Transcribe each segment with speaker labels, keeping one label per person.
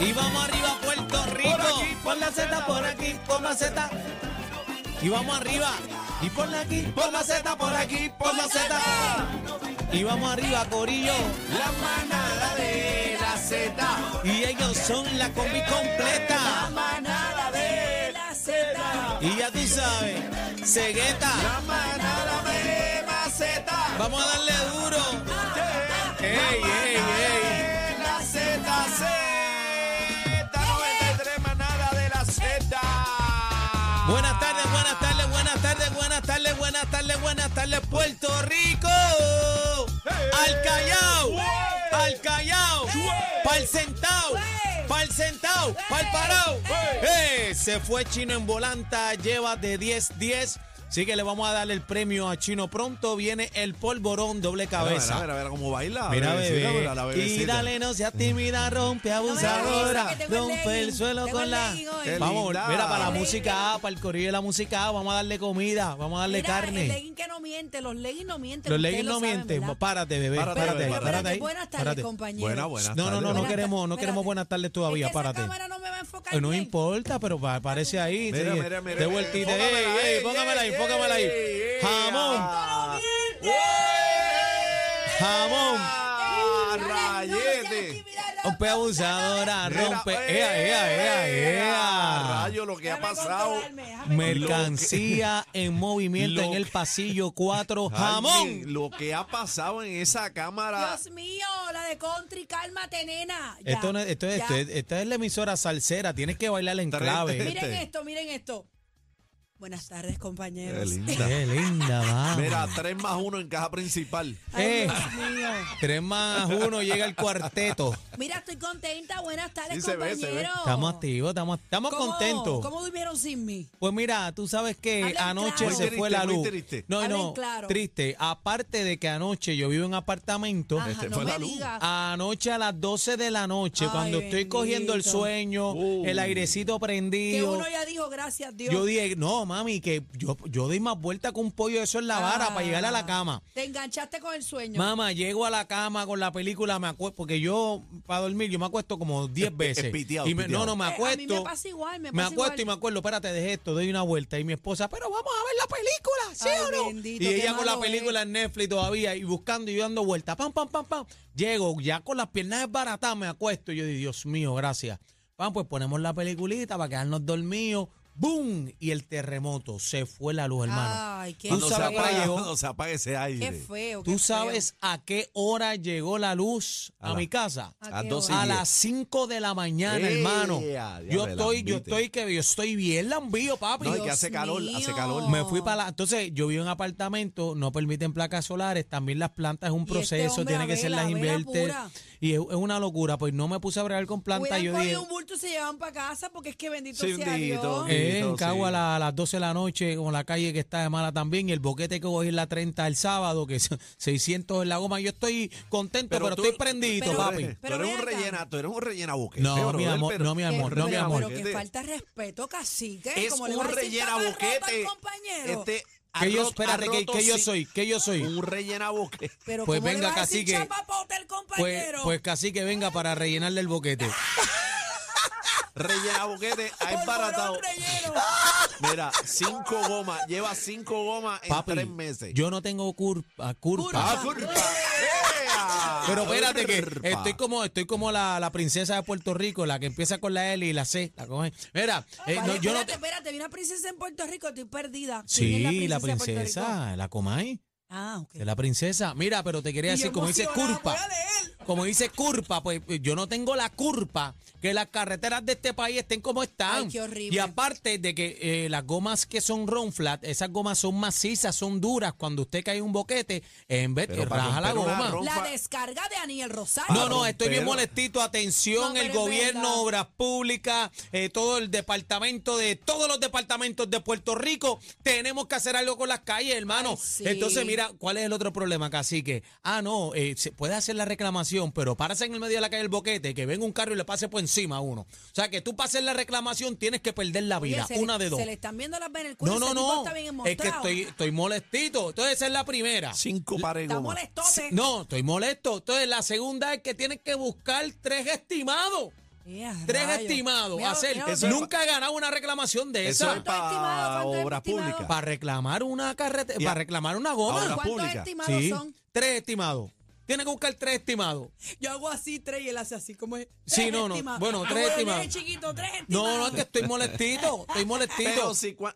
Speaker 1: Y vamos arriba a Puerto Rico.
Speaker 2: aquí,
Speaker 1: Por la Z, por aquí, por la Z. Y vamos arriba. Y por la aquí, por la Z, por aquí, por la Z. Y vamos arriba, Corillo.
Speaker 2: La manada de la Z.
Speaker 1: Y ellos son la combi completa.
Speaker 2: La manada de la Z.
Speaker 1: Y ya tú sabes, cegueta.
Speaker 2: La manada de la Z.
Speaker 1: Vamos a darle duro.
Speaker 2: Ey, ey, ey. La Z, Z. 93 manada de la Z.
Speaker 1: Buenas tardes, buenas tardes, buenas tardes, buenas tardes, buenas tardes, buenas tardes, Puerto Rico. Al Callao, al Callao, pa'l Centao, pa'l Centao, pa'l Parao. Eh, se fue Chino en volanta, lleva de 10-10. Así que le vamos a dar el premio a Chino pronto. Viene el polvorón doble cabeza.
Speaker 2: Mira, mira, mira cómo baila. la
Speaker 1: Mira,
Speaker 2: bebecita,
Speaker 1: bebé.
Speaker 2: mira, la
Speaker 1: y
Speaker 2: bebecita. Mm.
Speaker 1: dale, no seas tímida, rompe,
Speaker 3: No me
Speaker 1: abusadora.
Speaker 3: digas que tengo el
Speaker 1: Rompe el
Speaker 3: legging.
Speaker 1: suelo
Speaker 3: Tengo
Speaker 1: con
Speaker 3: el
Speaker 1: la.
Speaker 3: legging hoy.
Speaker 2: Qué
Speaker 1: Vamos,
Speaker 2: linda.
Speaker 1: mira, para la
Speaker 3: El
Speaker 1: música A, para el corrido de la música A, vamos a darle comida, vamos a darle
Speaker 3: Mira,
Speaker 1: carne.
Speaker 3: El legging que no miente, los leggings no mienten.
Speaker 1: Los
Speaker 3: ustedes
Speaker 1: leggings
Speaker 3: lo
Speaker 1: no
Speaker 3: saben,
Speaker 1: mienten.
Speaker 3: ¿verdad?
Speaker 1: Párate, bebé,
Speaker 2: Párate,
Speaker 1: párate,
Speaker 2: bebé,
Speaker 1: párate,
Speaker 3: Pero,
Speaker 2: párate
Speaker 3: espérate,
Speaker 1: ahí.
Speaker 3: Buenas tardes,
Speaker 1: párate.
Speaker 3: compañero.
Speaker 2: Buena, buena.
Speaker 1: No, no, no, no
Speaker 3: Buenas
Speaker 1: queremos, no
Speaker 3: tardes.
Speaker 1: queremos buenas tardes todavía,
Speaker 3: es que
Speaker 1: párate.
Speaker 3: Esa cámara no me va a enfocar.
Speaker 1: Eh, No
Speaker 3: bien.
Speaker 1: importa, pero pa- parece ahí.
Speaker 2: Mira,
Speaker 1: sí,
Speaker 2: mira, mira.
Speaker 1: De vueltita. Ey,
Speaker 2: Póngamela ahí,
Speaker 1: ey, póngamela ahí,
Speaker 2: ey,
Speaker 1: póngamela ahí.
Speaker 2: ey, ey,
Speaker 1: Jamón,
Speaker 2: ah.
Speaker 1: jamón.
Speaker 2: Ah,
Speaker 3: Dale, no,
Speaker 2: rayete.
Speaker 3: ya, mira, la-
Speaker 1: Rompe abusadora,
Speaker 2: Mira,
Speaker 1: rompe.
Speaker 2: ea,
Speaker 1: Ea, ea, ea, ea.
Speaker 2: Rayo, lo que ha
Speaker 3: Déjame
Speaker 2: pasado.
Speaker 3: controlarme, déjame
Speaker 1: Mercancía en movimiento
Speaker 2: Lo
Speaker 1: en el
Speaker 2: que-
Speaker 1: pasillo 4.
Speaker 2: Ay,
Speaker 1: ¡Jamón!
Speaker 2: Lo que ha pasado en esa cámara.
Speaker 3: Dios mío, la de country, cálmate, nena. Ya,
Speaker 1: Esto, no es- esto, es-
Speaker 3: ya.
Speaker 1: esto es- esta es la emisora salsera, tienes que bailar en
Speaker 2: Tres,
Speaker 1: clave.
Speaker 2: tres.
Speaker 3: Miren
Speaker 2: este.
Speaker 3: esto, miren esto. Buenas tardes,
Speaker 2: Qué
Speaker 3: compañeros.
Speaker 2: linda.
Speaker 1: Qué linda,
Speaker 2: Mira,
Speaker 1: va.
Speaker 2: 3 más 1 en caja principal.
Speaker 3: Ay,
Speaker 1: Eh.
Speaker 3: Dios mío.
Speaker 1: 3 más 1 llega el cuarteto.
Speaker 3: Mira, estoy contenta. Buenas
Speaker 2: Sí,
Speaker 3: tardes,
Speaker 2: se ve, se ve.
Speaker 3: compañeros.
Speaker 1: Estamos activos, estamos, estamos
Speaker 3: ¿Cómo-
Speaker 1: contentos.
Speaker 3: ¿Cómo durmieron sin mí?
Speaker 1: Pues mira, tú sabes que
Speaker 3: Hablen
Speaker 1: anoche
Speaker 3: claro.
Speaker 1: se
Speaker 2: Muy
Speaker 1: fue
Speaker 2: triste,
Speaker 1: la
Speaker 2: muy
Speaker 1: luz.
Speaker 2: triste.
Speaker 1: No,
Speaker 3: Hablen
Speaker 1: no,
Speaker 3: claro.
Speaker 1: triste. Aparte de que anoche yo vivo en apartamento.
Speaker 3: Ajá,
Speaker 2: Este
Speaker 3: no
Speaker 2: fue
Speaker 3: me
Speaker 2: la luz.
Speaker 3: digas.
Speaker 1: Ah, Anoche a las 12 de la noche,
Speaker 3: Ay,
Speaker 1: cuando estoy
Speaker 3: bendito.
Speaker 1: cogiendo el sueño,
Speaker 2: Uh.
Speaker 1: el airecito
Speaker 3: Que
Speaker 1: prendido,
Speaker 3: uno ya dijo, gracias Dios.
Speaker 1: yo dije, no, mami, que yo, yo doy más vuelta que un pollo eso en la vara
Speaker 3: Ah,
Speaker 1: para llegar a la cama.
Speaker 3: Te enganchaste con el sueño.
Speaker 1: Mamá, llego a la cama con la película, me acuesto, porque yo, para dormir, yo me acuesto como 10 veces.
Speaker 2: piteado,
Speaker 1: y me-
Speaker 2: piteado.
Speaker 1: No, no, me
Speaker 3: Eh, a mí
Speaker 1: acuesto.
Speaker 3: me pasa igual, me
Speaker 1: me
Speaker 3: pasa
Speaker 1: acuesto
Speaker 3: igual.
Speaker 1: y me acuerdo, espérate, dejé esto, doy una vuelta. Y mi esposa, pero vamos a ver la película, ¿sí
Speaker 3: Ay,
Speaker 1: o no?
Speaker 3: bendito,
Speaker 1: y
Speaker 3: qué
Speaker 1: ella con la
Speaker 3: malo es.
Speaker 1: película en Netflix todavía, y buscando y yo dando vueltas, pam, pam, pam, pam. Llego ya con las piernas desbaratadas, me acuesto. Y yo digo, Dios mío, gracias. Vamos, pues ponemos la peliculita para quedarnos dormidos. ¡Boom! Y el terremoto, se fue la luz, hermano.
Speaker 3: Ay, qué
Speaker 1: Tú
Speaker 2: Cuando se,
Speaker 1: sabes
Speaker 3: feo.
Speaker 1: cuál
Speaker 2: apaga,
Speaker 1: llegó.
Speaker 2: cuando se apaga ese aire.
Speaker 3: Qué feo. qué
Speaker 1: ¿Tú
Speaker 3: feo.
Speaker 1: sabes a qué hora llegó la luz
Speaker 2: A
Speaker 1: a,
Speaker 2: la-
Speaker 1: mi casa?
Speaker 3: ¿A
Speaker 2: A
Speaker 3: qué
Speaker 2: 12 y
Speaker 1: a
Speaker 3: hora?
Speaker 2: diez.
Speaker 1: las 5 de la mañana,
Speaker 2: Ea,
Speaker 1: hermano.
Speaker 2: diablo,
Speaker 1: Yo estoy, yo
Speaker 2: lambiste.
Speaker 1: estoy que yo estoy bien lambío, papi.
Speaker 2: No, y
Speaker 3: Dios
Speaker 2: que hace calor, hace calor.
Speaker 1: Me fui para la. Entonces, yo vivo en apartamento, no permiten placas solares, también las plantas es un
Speaker 3: este
Speaker 1: proceso,
Speaker 3: hombre
Speaker 1: tiene
Speaker 3: a
Speaker 1: que ser
Speaker 3: vela,
Speaker 1: las
Speaker 3: a vela
Speaker 1: inverter.
Speaker 3: pura.
Speaker 1: Y es, es una locura, pues no me puse a bregar con plantas.
Speaker 3: Hubieran
Speaker 1: Yo
Speaker 3: cogido
Speaker 1: dije, "Eh,
Speaker 3: un bulto y se llevan para casa porque es que bendito
Speaker 2: Sí,
Speaker 3: sea
Speaker 2: bendito.
Speaker 3: Dios.
Speaker 2: Eh,
Speaker 1: eh, en
Speaker 2: Bendito,
Speaker 1: Cagua
Speaker 2: sí.
Speaker 1: a la- a las 12 de la noche, con la calle que está de mala también, y el boquete que voy en la 30 el sábado, que es 600 en la goma. Yo estoy contento, pero,
Speaker 2: tú-
Speaker 1: estoy prendido,
Speaker 3: pero-
Speaker 1: papi.
Speaker 2: Tú
Speaker 3: Pero
Speaker 2: eres
Speaker 3: ven
Speaker 2: un
Speaker 3: acá.
Speaker 2: rellena, tú eres un rellena boquete.
Speaker 1: No,
Speaker 2: brother,
Speaker 1: mi amor,
Speaker 2: pero-
Speaker 1: no, mi amor, no, mi
Speaker 3: pero,
Speaker 1: amor.
Speaker 3: Pero que falta de respeto, cacique.
Speaker 2: Es
Speaker 3: como le
Speaker 2: un
Speaker 3: vas a decir
Speaker 2: rellena
Speaker 3: taparropa al
Speaker 2: boquete.
Speaker 3: compañero.
Speaker 2: Este ha
Speaker 1: Que yo,
Speaker 2: roto-
Speaker 1: espérate,
Speaker 2: ha
Speaker 1: que,
Speaker 2: roto
Speaker 1: que yo
Speaker 2: sí-
Speaker 1: soy, que yo soy.
Speaker 2: Un rellena boquete.
Speaker 3: pero
Speaker 1: pues
Speaker 3: ¿cómo le
Speaker 1: venga,
Speaker 3: vas a decir
Speaker 1: cacique.
Speaker 3: chapapote
Speaker 1: Pues,
Speaker 3: al compañero.
Speaker 1: pues casi que venga para rellenarle el boquete.
Speaker 2: Rellena boquete, ha
Speaker 3: Polvorón
Speaker 2: embaratado.
Speaker 3: relleno.
Speaker 2: Mira, cinco gomas, lleva cinco gomas en
Speaker 1: Papi,
Speaker 2: tres meses.
Speaker 1: yo no tengo culpa. culpa.
Speaker 2: Ah, culpa. ¡Ea!
Speaker 1: Pero espérate
Speaker 2: Culpa.
Speaker 1: que estoy como, estoy como la, la princesa de Puerto Rico, la que empieza con la L y la C. La coge. Mira, eh,
Speaker 3: Vale,
Speaker 1: no, yo no
Speaker 3: espérate,
Speaker 1: te-
Speaker 3: espérate, vi una princesa en Puerto Rico, estoy perdida. ¿Quién es
Speaker 1: Sí, la
Speaker 3: de Puerto Rico?
Speaker 1: princesa, la comay,
Speaker 3: Ah, ok.
Speaker 1: de la princesa. Mira, pero te quería
Speaker 3: Y yo
Speaker 1: decir, como dice
Speaker 3: emocionada,
Speaker 1: culpa.
Speaker 3: voy a leer.
Speaker 1: Como dice Curpa, pues pues, yo no tengo la culpa que las carreteras de este país estén como están.
Speaker 3: Ay, qué horrible.
Speaker 1: Y aparte de que eh, las gomas que son ron flat, esas gomas son macizas, son duras. Cuando usted cae un boquete, en vez de
Speaker 2: Pero para
Speaker 1: raja la
Speaker 2: romper una
Speaker 1: goma.
Speaker 2: ron-
Speaker 3: La
Speaker 2: Confa-
Speaker 3: descarga de Aniel Rosario.
Speaker 1: No, no,
Speaker 2: romper.
Speaker 1: estoy bien molestito. Atención,
Speaker 3: No, pero
Speaker 1: el
Speaker 3: es
Speaker 1: gobierno,
Speaker 3: verdad.
Speaker 1: obras públicas, eh, todo el departamento de todos los departamentos de Puerto Rico, tenemos que hacer algo con las calles, hermano.
Speaker 3: Ay, sí.
Speaker 1: Entonces, mira, ¿cuál es el otro problema, cacique? Ah, no, eh, se puede hacer la reclamación, pero párase en el medio de la calle el boquete, que venga un carro y le pase por encima a uno. O sea, que tú pases la reclamación, tienes que perder la
Speaker 3: Oye,
Speaker 1: vida,
Speaker 3: se le-
Speaker 1: una de dos.
Speaker 3: Se le están viendo las venas el
Speaker 1: No,
Speaker 3: culo.
Speaker 1: no,
Speaker 3: ese tipo
Speaker 1: no.
Speaker 3: Está bien
Speaker 1: Es que
Speaker 3: enmostrado.
Speaker 1: estoy, estoy molestito. Entonces, esa es la primera.
Speaker 2: Cinco pares de
Speaker 3: Está
Speaker 2: gomas.
Speaker 3: molestote.
Speaker 1: No, estoy molesto. Entonces, la segunda es que tienen que buscar tres estimados.
Speaker 3: Eh, a
Speaker 1: Tres
Speaker 3: rayos.
Speaker 1: estimados
Speaker 3: Mira,
Speaker 1: hacer.
Speaker 3: mira,
Speaker 2: Eso es-
Speaker 1: Nunca ha ganado una reclamación
Speaker 2: Eso
Speaker 1: de
Speaker 2: es
Speaker 1: esa.
Speaker 3: ¿Cuánto estimado?
Speaker 2: para
Speaker 3: ¿Cuánto es
Speaker 2: obras
Speaker 3: estimado?
Speaker 2: públicas.
Speaker 1: Para reclamar una carretera,
Speaker 2: Y a-
Speaker 1: para reclamar una goma.
Speaker 2: Ahora-
Speaker 3: ¿Cuántos
Speaker 2: pública.
Speaker 3: estimados
Speaker 1: Sí.
Speaker 3: son?
Speaker 1: Tres estimados. Tiene que buscar tres estimados.
Speaker 3: Yo hago así tres y él hace así, como es?
Speaker 1: Sí,
Speaker 3: Tres
Speaker 1: no, no.
Speaker 3: estimados.
Speaker 1: Bueno,
Speaker 3: Ah,
Speaker 1: tres estimados.
Speaker 3: nene chiquito, tres
Speaker 1: No,
Speaker 3: estimados.
Speaker 1: no, es que estoy molestito. Estoy molestito.
Speaker 2: Pero si cua-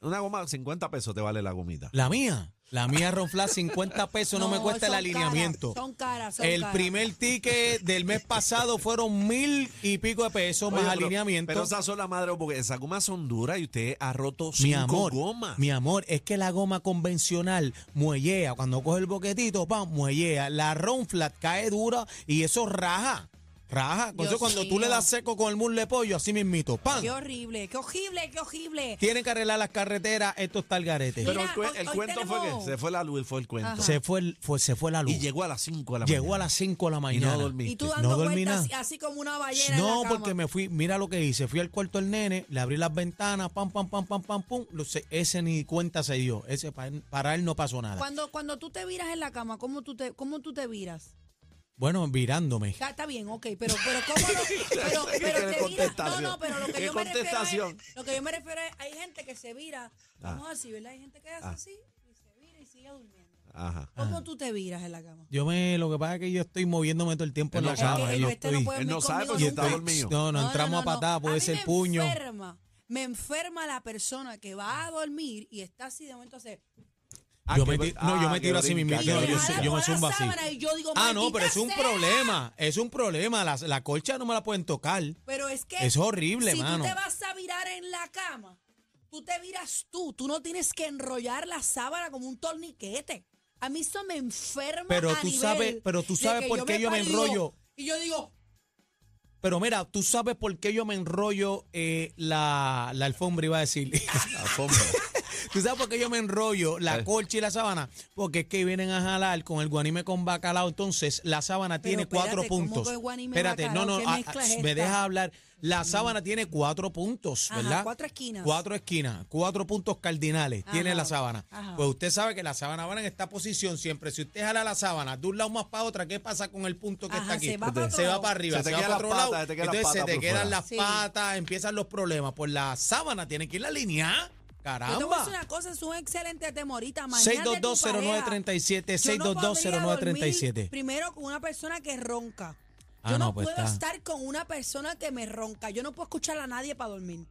Speaker 2: una goma, 50 pesos te vale la gomita.
Speaker 1: La mía. La mía ronfla 50 pesos, no, me cuesta el
Speaker 3: son
Speaker 1: alineamiento.
Speaker 3: caras, son caras, son
Speaker 1: el
Speaker 3: caras.
Speaker 1: primer ticket del mes pasado fueron mil y pico de pesos
Speaker 2: Oye,
Speaker 1: más
Speaker 2: pero-
Speaker 1: alineamiento.
Speaker 2: Pero esas son las madres, porque esas gomas son duras y usted ha roto cinco
Speaker 1: mi amor,
Speaker 2: gomas.
Speaker 1: mi amor, es que la goma convencional muellea. Cuando coge el boquetito, pam, muellea. La ronflat cae dura y eso raja. Raja. Por eso
Speaker 3: Dios
Speaker 1: cuando tú
Speaker 3: mío.
Speaker 1: le das seco con el muslo de pollo, así mismito, pam.
Speaker 3: Qué horrible, qué horrible, qué horrible.
Speaker 1: Tienen que arreglar las carreteras, esto está el garete.
Speaker 2: pero el,
Speaker 3: Mira,
Speaker 2: cue-
Speaker 3: hoy-
Speaker 2: el
Speaker 3: hoy
Speaker 2: cuento fue
Speaker 3: tenemos-
Speaker 2: que se fue la luz, fue el cuento.
Speaker 3: Ajá.
Speaker 1: se, fue el- fue- se fue la luz.
Speaker 2: Y llegó a las 5 de la
Speaker 1: Llegó a
Speaker 2: mañana.
Speaker 1: las 5 de la
Speaker 2: Y
Speaker 1: mañana.
Speaker 2: no dormiste.
Speaker 3: Y tú
Speaker 1: No
Speaker 3: dando
Speaker 1: dormí nada.
Speaker 3: vueltas así, así como una ballena. en la
Speaker 1: No,
Speaker 3: cama.
Speaker 1: porque me fui, mira lo que hice, fui al cuarto del nene, le abrí las ventanas, pam, pam, pam, pam, pam, pum, lo sé, ese ni cuenta se dio, ese pa- para él no pasó nada.
Speaker 3: Cuando, cuando tú te viras en la cama, ¿cómo tú te, cómo tú te viras?
Speaker 1: Bueno, virándome.
Speaker 3: Está, está bien, ok, pero, pero ¿cómo lo- pero,
Speaker 2: ¿Qué
Speaker 3: pero te viras? No,
Speaker 2: contestación?
Speaker 3: no, pero lo que
Speaker 2: ¿Qué
Speaker 3: yo me refiero
Speaker 2: contestación?
Speaker 3: es, lo que yo me refiero es, hay gente que se vira,
Speaker 1: Ah.
Speaker 3: vamos así, ¿verdad? Hay gente que hace
Speaker 2: Ah.
Speaker 3: así y se vira y sigue durmiendo.
Speaker 2: Ajá.
Speaker 3: ¿Cómo
Speaker 1: Ah.
Speaker 3: tú te viras en la cama?
Speaker 1: Yo me, lo que pasa es que yo estoy moviéndome todo el tiempo
Speaker 2: Es
Speaker 1: en la
Speaker 2: lo que-
Speaker 1: cama.
Speaker 2: es que
Speaker 1: yo
Speaker 3: este no
Speaker 1: estoy-
Speaker 3: puede-
Speaker 2: Él no
Speaker 3: dormir
Speaker 2: sabe
Speaker 3: conmigo
Speaker 2: porque está
Speaker 3: nunca.
Speaker 2: dormido.
Speaker 1: no, no, entramos a patada, puede
Speaker 3: mí
Speaker 1: ser puño.
Speaker 3: Me enferma, me enferma la persona que va a dormir y está así de momento hace.
Speaker 2: Ah,
Speaker 1: Yo
Speaker 2: que
Speaker 1: me
Speaker 2: br-
Speaker 1: ti- no, yo me
Speaker 2: que
Speaker 1: tiro así
Speaker 2: brinca,
Speaker 1: mismo.
Speaker 3: Y
Speaker 2: que
Speaker 1: Ah, yo-
Speaker 3: me
Speaker 1: yo-
Speaker 2: brinca.
Speaker 3: jala
Speaker 1: yo me
Speaker 3: por la
Speaker 1: zumbo así.
Speaker 3: sábana Y yo digo,
Speaker 1: Ah, no, pero es
Speaker 3: "Maldita
Speaker 1: un
Speaker 3: sea".
Speaker 1: problema, es un problema, la, la colcha no me la pueden tocar.
Speaker 3: Pero es que.
Speaker 1: Es horrible,
Speaker 3: si
Speaker 1: mano.
Speaker 3: tú te vas a virar en la cama, tú te viras tú. Tú no tienes que enrollar la sábana como un torniquete. A mí eso me enferma.
Speaker 1: Pero
Speaker 3: a
Speaker 1: tú
Speaker 3: nivel
Speaker 1: sabes- pero tú
Speaker 3: de
Speaker 1: sabes
Speaker 3: que
Speaker 1: por qué yo me
Speaker 3: paro y digo-
Speaker 1: enrollo.
Speaker 3: Y yo digo,
Speaker 1: Pero mira, tú sabes por qué yo me enrollo eh, la, la alfombra, iba a decir.
Speaker 2: La alfombra.
Speaker 1: ¿Tú sabes por qué yo me enrollo la
Speaker 2: Eh.
Speaker 1: colcha y la sábana? Porque es que vienen a jalar con el guanime con bacalao. Entonces, la sábana
Speaker 3: Pero
Speaker 1: tiene cuatro
Speaker 3: espérate, ¿cómo
Speaker 1: puntos.
Speaker 3: que guanime
Speaker 1: Espérate, no, no,
Speaker 3: bacalao? ¿Qué
Speaker 1: ah,
Speaker 3: mezcla
Speaker 1: ah,
Speaker 3: es
Speaker 1: me
Speaker 3: esta?
Speaker 1: deja hablar. La sábana tiene cuatro puntos,
Speaker 3: Ajá,
Speaker 1: ¿verdad?
Speaker 3: cuatro esquinas.
Speaker 1: Cuatro esquinas, cuatro puntos cardinales tiene
Speaker 3: Ajá,
Speaker 1: la sábana.
Speaker 3: ajá.
Speaker 1: Pues usted sabe que la sábana va en esta posición siempre. Si usted jala la sábana de un lado más para otra, ¿qué pasa con el punto que está
Speaker 3: Ajá,
Speaker 1: aquí?
Speaker 3: se va pa' otro lado.
Speaker 1: para arriba,
Speaker 2: Se
Speaker 1: se,
Speaker 2: te
Speaker 1: va
Speaker 2: quedan las
Speaker 1: para otro
Speaker 2: patas,
Speaker 1: lado.
Speaker 2: te quedan las
Speaker 1: Entonces se
Speaker 2: patas
Speaker 1: te
Speaker 2: por
Speaker 1: quedan
Speaker 2: fuera.
Speaker 1: las
Speaker 3: Sí.
Speaker 1: patas, empiezan los problemas. Pues la sábana tiene que ir la línea. ¿ah? Caramba.
Speaker 3: yo te voy a decir una cosa, es un excelente temorita. Mañana de tu pareja.
Speaker 1: 6220937,
Speaker 3: Yo no podría dormir
Speaker 1: 6220937.
Speaker 3: Primero con una persona que ronca.
Speaker 1: Ah,
Speaker 3: Yo no,
Speaker 1: no, pues
Speaker 3: puedo
Speaker 1: está.
Speaker 3: estar con una persona que me ronca. Yo no puedo escuchar a nadie para dormir.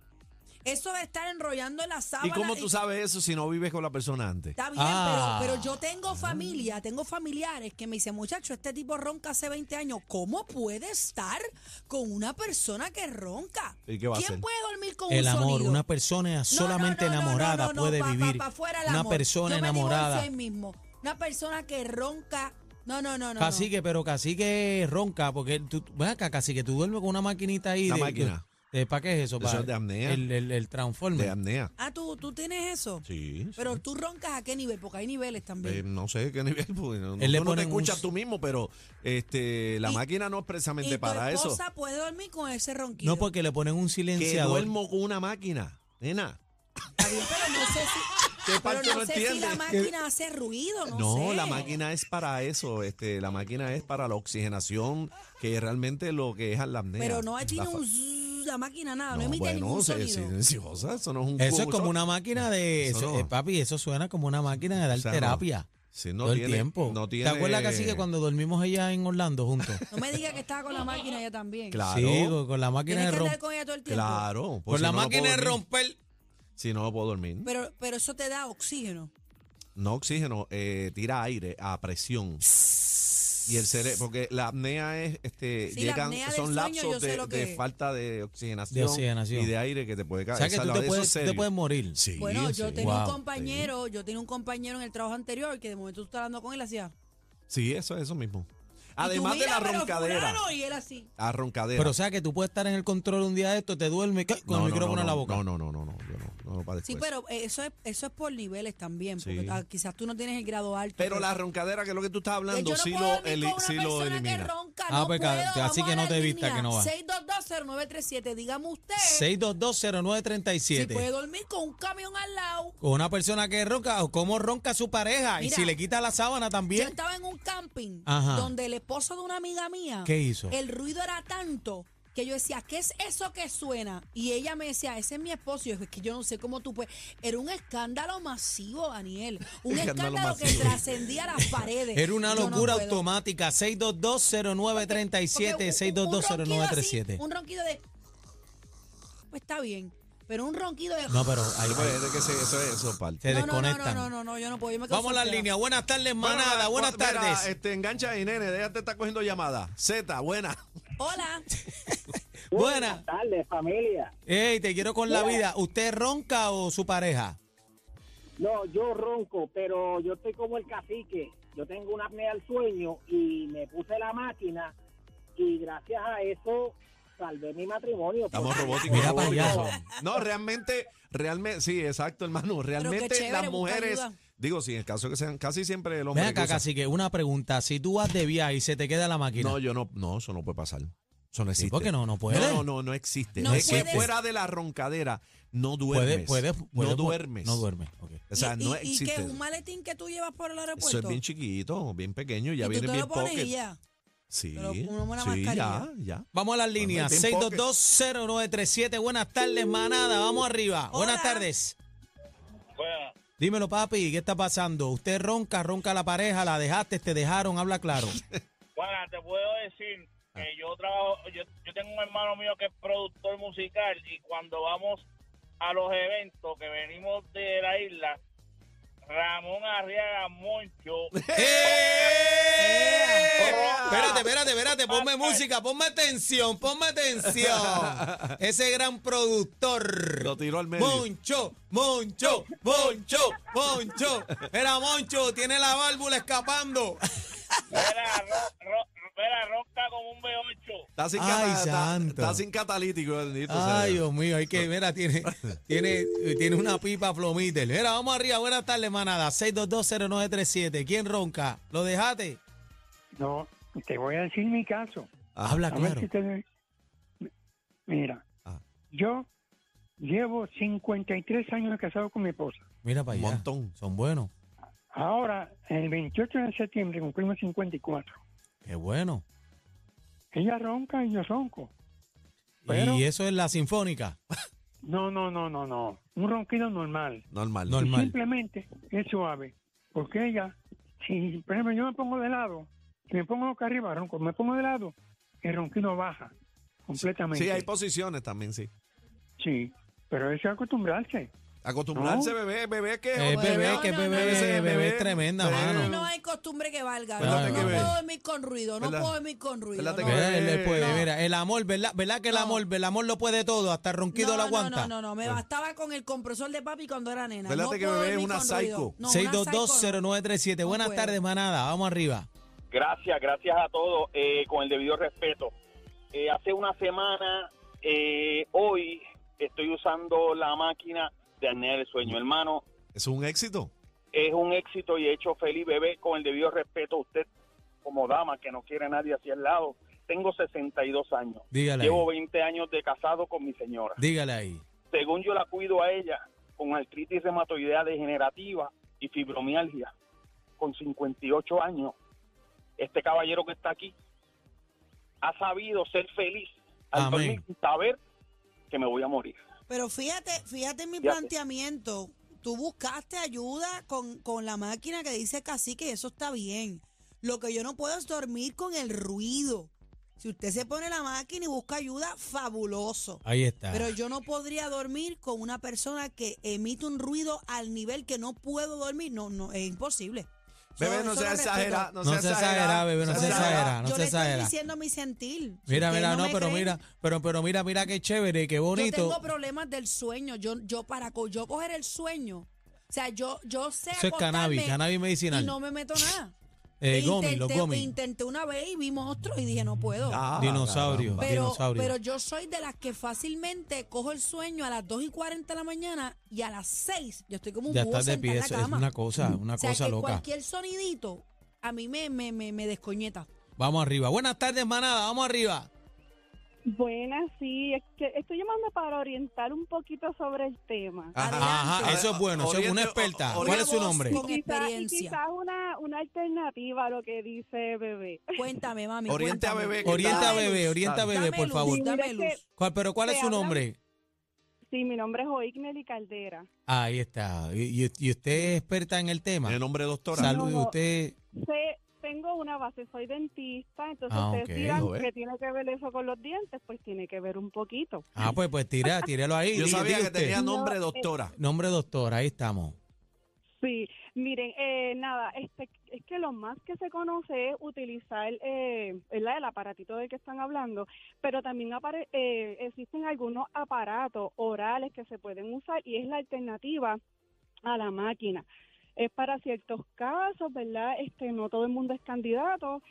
Speaker 3: Eso de estar enrollando en la sábana.
Speaker 2: ¿Y cómo tú sabes eso si no vives con la persona antes?
Speaker 3: Está bien,
Speaker 1: Ah.
Speaker 3: pero, pero yo tengo familia, tengo familiares que me dicen, muchacho, este tipo ronca hace 20 años. ¿Cómo puede estar con una persona que ronca?
Speaker 2: ¿Y qué va a
Speaker 3: ¿Quién
Speaker 2: hacer?
Speaker 3: puede dormir con
Speaker 1: El
Speaker 3: un
Speaker 1: amor,
Speaker 3: sonido?
Speaker 1: una persona
Speaker 3: No, no,
Speaker 1: solamente
Speaker 3: no, no,
Speaker 1: enamorada
Speaker 3: no, no,
Speaker 1: puede
Speaker 3: pa- pa-
Speaker 1: vivir.
Speaker 3: pa' fuera el
Speaker 1: una
Speaker 3: amor.
Speaker 1: persona
Speaker 3: Yo me divorcio
Speaker 1: enamorada.
Speaker 3: ahí mismo. Una persona que ronca. No, no, no, no. no.
Speaker 1: Cacique, pero cacique ronca, porque tú, ven acá, cacique, tú duermes con una maquinita ahí.
Speaker 2: Una
Speaker 1: de-
Speaker 2: máquina.
Speaker 1: de- de- ¿Para qué es eso?
Speaker 2: Eso
Speaker 1: pa-
Speaker 2: es de apnea.
Speaker 1: El, el, el transformer.
Speaker 2: De apnea.
Speaker 3: Ah, ¿tú, tú tienes eso.
Speaker 2: Sí. sí.
Speaker 3: Pero tú roncas a qué nivel, porque hay niveles
Speaker 2: Eh,
Speaker 3: también.
Speaker 2: no sé qué nivel, porque no,
Speaker 1: Él le
Speaker 2: tú no te
Speaker 1: ponen un-
Speaker 2: escuchas tú mismo, pero este, la
Speaker 3: Y-
Speaker 2: máquina no expresamente
Speaker 3: y
Speaker 2: para
Speaker 3: tu
Speaker 2: eso.
Speaker 3: esposa puede dormir con ese ronquido.
Speaker 1: no, porque le ponen un
Speaker 2: Que
Speaker 1: silenciador.
Speaker 2: duermo con una máquina, nena.
Speaker 3: Está bien, pero no sé si,
Speaker 2: ¿Qué
Speaker 3: Ah, pero
Speaker 2: parte
Speaker 3: no
Speaker 2: no
Speaker 3: sé si la
Speaker 2: entiendes?
Speaker 3: máquina hace ruido, no,
Speaker 2: No,
Speaker 3: sé.
Speaker 2: la máquina es para eso, este, la máquina es para la oxigenación, que es realmente lo que es la apnea.
Speaker 3: Pero no tiene
Speaker 2: La fa-
Speaker 3: un zzz, la máquina nada, no, emite
Speaker 2: bueno,
Speaker 3: ningún
Speaker 2: se-
Speaker 3: sonido.
Speaker 2: silenciosa, eso no es un
Speaker 1: Eso es
Speaker 2: cubo,
Speaker 1: como una máquina de.
Speaker 2: Eso
Speaker 1: eso-
Speaker 2: no.
Speaker 1: eh, papi, eso suena como una máquina de dar
Speaker 2: O sea, no.
Speaker 1: terapia.
Speaker 2: Sí, no
Speaker 1: todo
Speaker 2: tiene-
Speaker 1: el tiempo.
Speaker 2: no
Speaker 1: ¿Te acuerdas,
Speaker 2: tiene-
Speaker 1: cacique, cuando dormimos allá en Orlando juntos?
Speaker 3: No me digas que estaba con la máquina ella también.
Speaker 2: Claro.
Speaker 1: Sí, con, con la máquina
Speaker 3: Tienes
Speaker 1: de
Speaker 3: que
Speaker 1: romper.
Speaker 3: andar con ella todo el tiempo.
Speaker 2: Claro, pues
Speaker 1: Con
Speaker 2: si
Speaker 1: la
Speaker 2: no, no puedo
Speaker 1: máquina de
Speaker 2: dormir.
Speaker 1: romper.
Speaker 2: Si no, no puedo dormir.
Speaker 3: Pero, pero eso te da oxígeno.
Speaker 2: No oxígeno, eh, tira aire a presión. Y el cerebro, porque la apnea es, este,
Speaker 3: Sí, la
Speaker 2: llegan,
Speaker 3: apnea del
Speaker 2: son
Speaker 3: sueño, yo
Speaker 2: lapsos
Speaker 3: sé
Speaker 2: de,
Speaker 3: lo
Speaker 2: de
Speaker 3: que-
Speaker 2: falta de oxigenación,
Speaker 1: De oxigenación.
Speaker 2: y de aire que te puede
Speaker 1: O
Speaker 2: caer.
Speaker 1: sea, que
Speaker 2: Esa
Speaker 1: tú
Speaker 2: es la-
Speaker 1: te
Speaker 2: eso es
Speaker 1: puedes, te
Speaker 2: serio.
Speaker 1: puedes morir.
Speaker 2: Sí,
Speaker 3: bueno, yo
Speaker 2: sí.
Speaker 3: tenía
Speaker 1: Wow.
Speaker 3: un compañero, yo tenía un compañero en el trabajo anterior que de momento tú estás hablando con él hacía.
Speaker 2: Sí, eso eso mismo.
Speaker 3: y tú,
Speaker 2: Además de
Speaker 3: "Mira,
Speaker 2: la
Speaker 3: pero
Speaker 2: roncadera.
Speaker 3: fulano", Y él así.
Speaker 2: La roncadera.
Speaker 1: Pero o sea que tú puedes estar en el control un día de esto, te duermes ¿qué? con
Speaker 2: No, no,
Speaker 1: el micrófono
Speaker 2: no,
Speaker 1: en la
Speaker 2: no,
Speaker 1: boca.
Speaker 2: No, no, no, no, no, yo no, no, no padezco
Speaker 3: Sí,
Speaker 2: eso.
Speaker 3: pero eh, eso es, eso es por niveles también, porque
Speaker 2: Pues Sí.
Speaker 3: ah, quizás tú no tienes el grado alto.
Speaker 2: Pero la roncadera, que es lo que tú estás
Speaker 3: Eh,
Speaker 2: hablando,
Speaker 3: yo no
Speaker 2: sí
Speaker 3: puedo
Speaker 2: lo,
Speaker 3: dormir
Speaker 2: eli-
Speaker 3: con una
Speaker 2: sí lo
Speaker 3: persona que
Speaker 2: elimina.
Speaker 3: ronca,
Speaker 1: Ah,
Speaker 3: no
Speaker 1: pues,
Speaker 3: puedo,
Speaker 1: así
Speaker 3: vamos
Speaker 1: que
Speaker 3: a
Speaker 1: no
Speaker 3: la
Speaker 1: te vistas,
Speaker 3: línea.
Speaker 1: que no va.
Speaker 3: 6220937, dígame usted
Speaker 1: 6220937.
Speaker 3: si puede dormir con un camión al lado.
Speaker 1: Con una persona que ronca, o cómo ronca su pareja. y
Speaker 3: Mira.
Speaker 1: si le quita la sábana
Speaker 3: Yo
Speaker 1: también.
Speaker 3: estaba en un camping
Speaker 1: Ajá.
Speaker 3: donde el esposo de una amiga mía,
Speaker 1: ¿Qué hizo?
Speaker 3: el ruido era tanto que que yo decía, ¿qué es eso que suena? Y ella me decía, ese es mi esposo. Y yo, es que yo no sé cómo tú puedes. Era un escándalo masivo, Daniel. Un
Speaker 2: Escándalo
Speaker 3: escándalo, que
Speaker 2: masivo.
Speaker 3: trascendía las paredes.
Speaker 1: Era una
Speaker 3: Yo no
Speaker 1: locura
Speaker 3: puedo.
Speaker 1: automática. 6220937,
Speaker 3: Porque
Speaker 1: 6220937.
Speaker 3: un- un ronquido así, Un ronquido de. Pues está bien. Pero un ronquido de.
Speaker 1: No, pero ahí
Speaker 2: Ahí puede ser que se- eso Pues, es eso, parte.
Speaker 1: se
Speaker 3: no, no, no,
Speaker 1: desconectan.
Speaker 3: no, no, no, yo no puedo. Yo me quedo
Speaker 1: Vamos a las
Speaker 3: soltera.
Speaker 1: líneas. Buenas tardes, manada.
Speaker 2: Bueno,
Speaker 1: Buenas
Speaker 2: mira,
Speaker 1: tardes.
Speaker 2: Este, engancha ahí, nene, déjate estar cogiendo llamada. Z, buena.
Speaker 3: Hola.
Speaker 1: Buenas.
Speaker 4: tardes, familia.
Speaker 1: Ey, te quiero con la vida. ¿Usted ronca o su pareja?
Speaker 4: No, yo ronco, pero yo estoy como el cacique. Yo tengo una apnea al sueño y me puse la máquina y gracias a eso salvé mi matrimonio.
Speaker 2: Estamos
Speaker 4: Porque-
Speaker 2: robóticos.
Speaker 1: Mira para
Speaker 2: robóticos
Speaker 1: allá.
Speaker 2: somos. No, realmente, realmente, sí, exacto, hermano. Realmente
Speaker 3: chévere,
Speaker 2: las
Speaker 3: busca
Speaker 2: mujeres,
Speaker 3: ayuda.
Speaker 2: digo, sí, en el caso que sean casi siempre el hombre.
Speaker 1: Ven
Speaker 2: que
Speaker 1: acá,
Speaker 2: usa-
Speaker 1: casi que una pregunta. Si tú vas de viaje y se te queda la máquina.
Speaker 2: No, yo no, no, eso no puede pasar. Eso no existe.
Speaker 1: ¿por qué no? No puede.
Speaker 2: No, no, no, no existe.
Speaker 3: No
Speaker 2: es que
Speaker 3: puedes.
Speaker 2: fuera de la roncadera no
Speaker 1: puedes,
Speaker 2: duermes.
Speaker 1: puedes, puedes-
Speaker 2: no duermes.
Speaker 1: No duermes. ok.
Speaker 2: O sea,
Speaker 3: y,
Speaker 2: no
Speaker 3: y- y
Speaker 2: existe.
Speaker 3: que un maletín que tú llevas por el aeropuerto.
Speaker 2: eso es bien chiquito, bien pequeño, ya
Speaker 3: y tú
Speaker 2: viene
Speaker 3: te
Speaker 2: bien
Speaker 3: lo pones
Speaker 2: pocket.
Speaker 3: y ya.
Speaker 2: Sí,
Speaker 3: Pero una buena
Speaker 2: sí, ya,
Speaker 3: mascarilla.
Speaker 2: ya.
Speaker 1: Vamos a las líneas.
Speaker 2: Mete en pocket.
Speaker 1: 6220937. Buenas tardes, manada. Vamos arriba. Buenas
Speaker 3: Hola.
Speaker 1: tardes. Dímelo, papi, ¿qué está pasando? Usted ronca, ronca la pareja, la dejaste, te dejaron, habla claro.
Speaker 5: Bueno, te puedo decir que yo trabajo, yo, yo tengo un hermano mío que es productor musical y cuando vamos a los eventos que venimos de la isla, Ramón Arriaga Moncho.
Speaker 1: ¡Eh! Espérate, espérate, espérate, ponme música, ponme atención, ponme atención. Ese gran productor.
Speaker 2: Lo tiró al medio.
Speaker 1: Moncho, Moncho, Moncho, Moncho. Era Moncho, tiene la válvula escapando.
Speaker 5: Era, ro- ro- era ronca como un B8.
Speaker 2: Está sin,
Speaker 1: Ay,
Speaker 2: cata- está-
Speaker 1: santo.
Speaker 2: está sin catalítico, bendito sea.
Speaker 1: Ay, Dios mío, hay que, mira, tiene, tiene, tiene una pipa flomíter. Mira, vamos arriba, buenas tardes, manada. 6220937. ¿Quién ronca? ¿Lo dejaste?
Speaker 6: No, te voy a decir mi caso.
Speaker 2: Ah,
Speaker 1: Habla
Speaker 6: A ver
Speaker 1: claro.
Speaker 6: si te- Mira,
Speaker 2: Ah.
Speaker 6: yo llevo 53 años de casado con mi esposa.
Speaker 1: Mira para
Speaker 2: Un
Speaker 1: allá.
Speaker 2: montón.
Speaker 1: Son buenos.
Speaker 6: Ahora, el 28 de septiembre cumplimos 54.
Speaker 1: Qué bueno.
Speaker 6: Ella ronca y yo ronco. Pero-
Speaker 1: Y eso es la sinfónica.
Speaker 6: No, no, no, no, no. Un ronquido normal.
Speaker 2: Normal.
Speaker 1: No, oh. Normal.
Speaker 6: Simplemente es suave. Porque ella, si por ejemplo yo me pongo de lado, si me pongo acá arriba, ronco, me pongo de lado, el ronquido baja completamente.
Speaker 2: Sí, hay posiciones también, sí.
Speaker 6: Sí, pero eso es acostumbrarse.
Speaker 2: Acostumbrarse,
Speaker 6: No.
Speaker 2: bebé, bebé, que
Speaker 1: Eh,
Speaker 2: joder,
Speaker 1: bebé,
Speaker 3: no,
Speaker 1: que
Speaker 3: no,
Speaker 1: bebé,
Speaker 3: no,
Speaker 2: no, no.
Speaker 1: bebé, es tremenda,
Speaker 2: Bebé,
Speaker 3: Aquí
Speaker 1: mano.
Speaker 3: no hay costumbre que valga.
Speaker 1: Espérate
Speaker 3: No, no
Speaker 1: que ve.
Speaker 3: puedo dormir con ruido, no
Speaker 2: ¿Verdad?
Speaker 3: puedo dormir con ruido.
Speaker 2: ¿Verdad
Speaker 3: no.
Speaker 2: que ve?
Speaker 1: Mira, él le puede,
Speaker 3: No.
Speaker 1: mira, el amor, ¿verdad? ¿Verdad que el
Speaker 3: No.
Speaker 1: amor, el amor lo puede todo? Hasta el ronquido
Speaker 3: no,
Speaker 1: lo
Speaker 3: no,
Speaker 1: aguanta.
Speaker 3: No, no, no, me bastaba con el compresor de papi cuando era nena.
Speaker 2: ¿Verdad
Speaker 3: no
Speaker 2: que
Speaker 3: puedo
Speaker 2: bebé es
Speaker 3: dormir
Speaker 2: una
Speaker 3: con ruido.
Speaker 2: psycho?
Speaker 3: No, una psycho no.
Speaker 1: 6220937.
Speaker 3: No
Speaker 1: Buenas
Speaker 3: puedo.
Speaker 1: tardes, manada. Vamos arriba.
Speaker 5: Gracias, gracias a todos, eh, con el debido respeto. Eh, hace una semana, eh, hoy, estoy usando la máquina de apnea del sueño. Hermano,
Speaker 2: Es un éxito.
Speaker 5: es un éxito y hecho feliz, bebé, con el debido respeto a usted como dama, que no quiere a nadie hacia el lado. Tengo 62 años.
Speaker 1: Dígale
Speaker 5: Llevo
Speaker 1: ahí.
Speaker 5: 20 años de casado con mi señora.
Speaker 1: Dígale ahí.
Speaker 5: Según yo la cuido a ella, con artritis reumatoidea degenerativa y fibromialgia, con 58 años, este caballero que está aquí ha sabido ser feliz al
Speaker 1: Amén.
Speaker 5: dormir sin saber que me voy a morir.
Speaker 3: Pero fíjate, fíjate en mi
Speaker 5: Fíjate.
Speaker 3: planteamiento. Tú buscaste ayuda con, con la máquina que dice cacique y eso está bien. Lo que yo no puedo es dormir con el ruido. Si usted se pone la máquina y busca ayuda, fabuloso.
Speaker 1: Ahí está.
Speaker 2: Ah.
Speaker 3: Pero yo no podría dormir con una persona que emite un ruido al nivel que no puedo dormir. No, no, es imposible.
Speaker 2: Bebé,
Speaker 3: Eso-
Speaker 2: no
Speaker 3: eso
Speaker 2: sea
Speaker 3: lo respeto.
Speaker 2: exagerada.
Speaker 1: No sea exagerada, bebé, no
Speaker 3: Bueno,
Speaker 1: sea exagerada, no
Speaker 3: Yo
Speaker 1: sea
Speaker 3: le estoy
Speaker 1: exagerada.
Speaker 3: diciendo mi sentir.
Speaker 1: Mira,
Speaker 3: Ustedes
Speaker 1: mira, no,
Speaker 3: me
Speaker 1: pero
Speaker 3: creen.
Speaker 1: mira, pero, pero mira, mira qué chévere, qué bonito.
Speaker 3: Yo tengo problemas del sueño. Yo, yo para co- yo coger el sueño. O sea, yo, yo sé
Speaker 1: Eso es cannabis,
Speaker 3: acostarme
Speaker 1: cannabis medicinal.
Speaker 3: Y no me meto nada.
Speaker 1: Eh, gomi, los
Speaker 3: Intenté-
Speaker 1: gomi.
Speaker 3: Intenté una vez y vi monstruos y dije, no puedo.
Speaker 2: Ah,
Speaker 1: Dinosaurio.
Speaker 2: caramba.
Speaker 3: pero,
Speaker 1: dinosaurio.
Speaker 3: pero yo soy de las que fácilmente cojo el sueño a las 2 y 40 de la mañana y a las 6 yo estoy como un
Speaker 1: Ya
Speaker 3: búho
Speaker 1: estás de
Speaker 3: sentada
Speaker 1: pie,
Speaker 3: en
Speaker 1: eso
Speaker 3: la
Speaker 1: es
Speaker 3: cama.
Speaker 1: una cosa, una
Speaker 3: o sea,
Speaker 1: cosa
Speaker 3: que
Speaker 1: loca.
Speaker 3: cualquier sonidito a mí me, me, me, me descoñeta.
Speaker 1: Vamos arriba. Buenas tardes, manada, vamos arriba.
Speaker 7: Buenas, sí, es que estoy llamando para orientar un poquito sobre el tema.
Speaker 1: Ajá,
Speaker 3: Adelante.
Speaker 1: eso es bueno, eso es una
Speaker 2: Oriente-
Speaker 1: experta.
Speaker 2: o-
Speaker 1: ¿Cuál es su
Speaker 3: Una voz
Speaker 1: nombre?
Speaker 3: Con
Speaker 7: Quizá- y
Speaker 3: experiencia.
Speaker 7: quizás una, una alternativa a lo que dice bebé.
Speaker 3: Cuéntame, mami.
Speaker 2: Oriente a
Speaker 3: cuéntame.
Speaker 2: bebé, que
Speaker 1: Orienta a
Speaker 2: Dame
Speaker 1: bebé,
Speaker 2: luz,
Speaker 1: orienta a
Speaker 2: dame.
Speaker 1: bebé, por
Speaker 3: luz,
Speaker 1: favor.
Speaker 3: Dame
Speaker 7: Mira que-
Speaker 3: luz.
Speaker 1: ¿Cuál- pero ¿cuál es
Speaker 7: te
Speaker 1: su
Speaker 7: hablan-
Speaker 1: nombre?
Speaker 7: Sí, mi nombre es Oigneli Caldera.
Speaker 1: Ahí está. ¿Y, y- y usted es experta en el tema?
Speaker 2: El nombre doctora.
Speaker 1: Salud,
Speaker 7: No, no.
Speaker 1: usted.
Speaker 7: Sé- tengo una base, soy dentista, entonces
Speaker 1: Ah,
Speaker 7: ustedes
Speaker 1: ok,
Speaker 7: dirán
Speaker 2: lo es.
Speaker 7: que tiene que ver eso con los dientes, pues tiene que ver un poquito.
Speaker 1: Ah, pues, pues tira, tíralo ahí.
Speaker 2: Yo
Speaker 1: di-
Speaker 2: sabía
Speaker 1: di
Speaker 2: que
Speaker 1: usted.
Speaker 2: tenía
Speaker 7: No,
Speaker 2: nombre
Speaker 7: eh,
Speaker 2: doctora.
Speaker 1: Nombre doctor, ahí estamos.
Speaker 7: Sí, miren, eh, nada, este, es que lo más que se conoce es utilizar eh, ¿verdad? el aparatito del que están hablando, pero también apare- eh, existen algunos aparatos orales que se pueden usar y es la alternativa a la máquina. Es para ciertos casos, ¿verdad? Este, no todo el mundo es candidato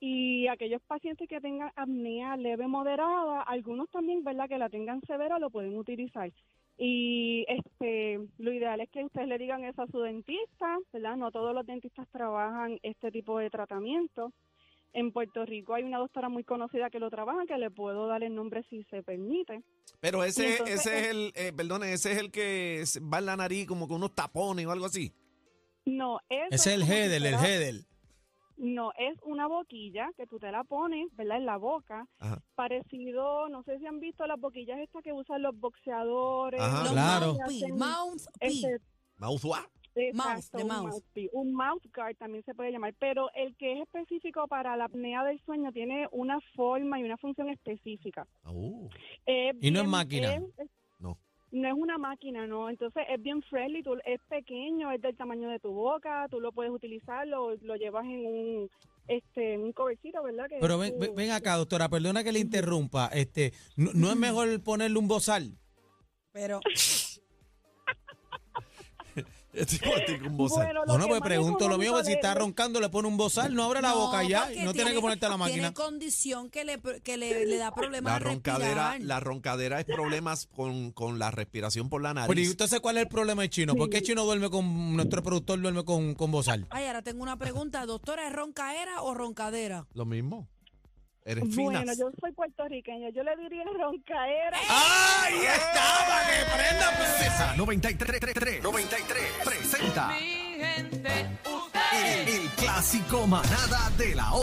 Speaker 7: y aquellos pacientes que tengan apnea leve moderada, algunos también, ¿verdad? Que la tengan severa, lo pueden utilizar. Y este, lo ideal es que ustedes le digan eso a su dentista, ¿verdad? No todos los dentistas trabajan este tipo de tratamiento. En Puerto Rico hay una doctora muy conocida que lo trabaja, que le puedo dar el nombre si se permite.
Speaker 2: Pero
Speaker 7: y
Speaker 2: ese,
Speaker 7: entonces-
Speaker 2: ese es el, eh, perdone, ese es el que se- va en la nariz como con unos tapones o algo así.
Speaker 7: No, eso
Speaker 1: Ese es el
Speaker 7: como si
Speaker 1: Hedel, el
Speaker 7: fuera-
Speaker 1: Hedel.
Speaker 7: No, es una boquilla que tú te la pones, ¿verdad? En la boca,
Speaker 2: Ajá.
Speaker 7: parecido, no sé si han visto las boquillas estas que usan los boxeadores.
Speaker 2: Ajá,
Speaker 7: los
Speaker 1: claro.
Speaker 7: que
Speaker 3: Mouthpiece,
Speaker 7: hacen
Speaker 3: mouthpiece.
Speaker 7: este
Speaker 2: Mauzua.
Speaker 3: Mouth,
Speaker 7: Exacto,
Speaker 3: de
Speaker 7: un
Speaker 3: mouth.
Speaker 7: mouthpiece. Un mouth guard también se puede llamar, pero el que es específico para la apnea del sueño tiene una forma y una función específica.
Speaker 2: Oh.
Speaker 7: Es
Speaker 1: Y no es
Speaker 7: bien-
Speaker 1: máquina.
Speaker 7: es-
Speaker 2: No.
Speaker 7: No es una máquina, no. Entonces es bien friendly, tú- es pequeño, es del tamaño de tu boca, tú lo puedes utilizar, lo, lo llevas en un este en un covercito, ¿verdad? Que
Speaker 1: Pero
Speaker 7: es
Speaker 1: ven, ven-
Speaker 7: tu-
Speaker 1: ven acá, doctora, perdona que le interrumpa. Este, ¿no, no es mejor ponerle un bozal?
Speaker 3: Pero
Speaker 2: Este tipo está con voces.
Speaker 7: Bueno, lo
Speaker 1: Bueno,
Speaker 7: que
Speaker 1: pues
Speaker 7: más
Speaker 1: pregunto lo mío, que si
Speaker 7: económico
Speaker 1: está
Speaker 7: de-
Speaker 1: roncando le pone un bozal, no abre la boca ya,
Speaker 3: porque
Speaker 1: y no tiene que ponerte la máquina.
Speaker 3: Tiene condición que le, que le, le da problemas
Speaker 2: La
Speaker 3: al
Speaker 2: roncadera,
Speaker 3: respirar.
Speaker 2: la roncadera es problemas con, con la respiración por la
Speaker 1: Pero Pues, ¿y
Speaker 2: nariz.
Speaker 1: entonces cuál es el problema de Chino? ¿Por qué
Speaker 7: Sí.
Speaker 1: Chino duerme con, nuestro productor duerme con, con bozal?
Speaker 3: Ay, ahora tengo una pregunta. Doctora, ¿es roncaera o roncadera?
Speaker 2: Lo mismo. Eres fina.
Speaker 7: Bueno, yo soy puertorriqueña, yo le diría roncaera.
Speaker 2: ¡Ahí está! ¡Para que prenda, princesa!
Speaker 8: Esa 93 93 presenta
Speaker 9: Mi gente, ustedes.
Speaker 8: el clásico manada de la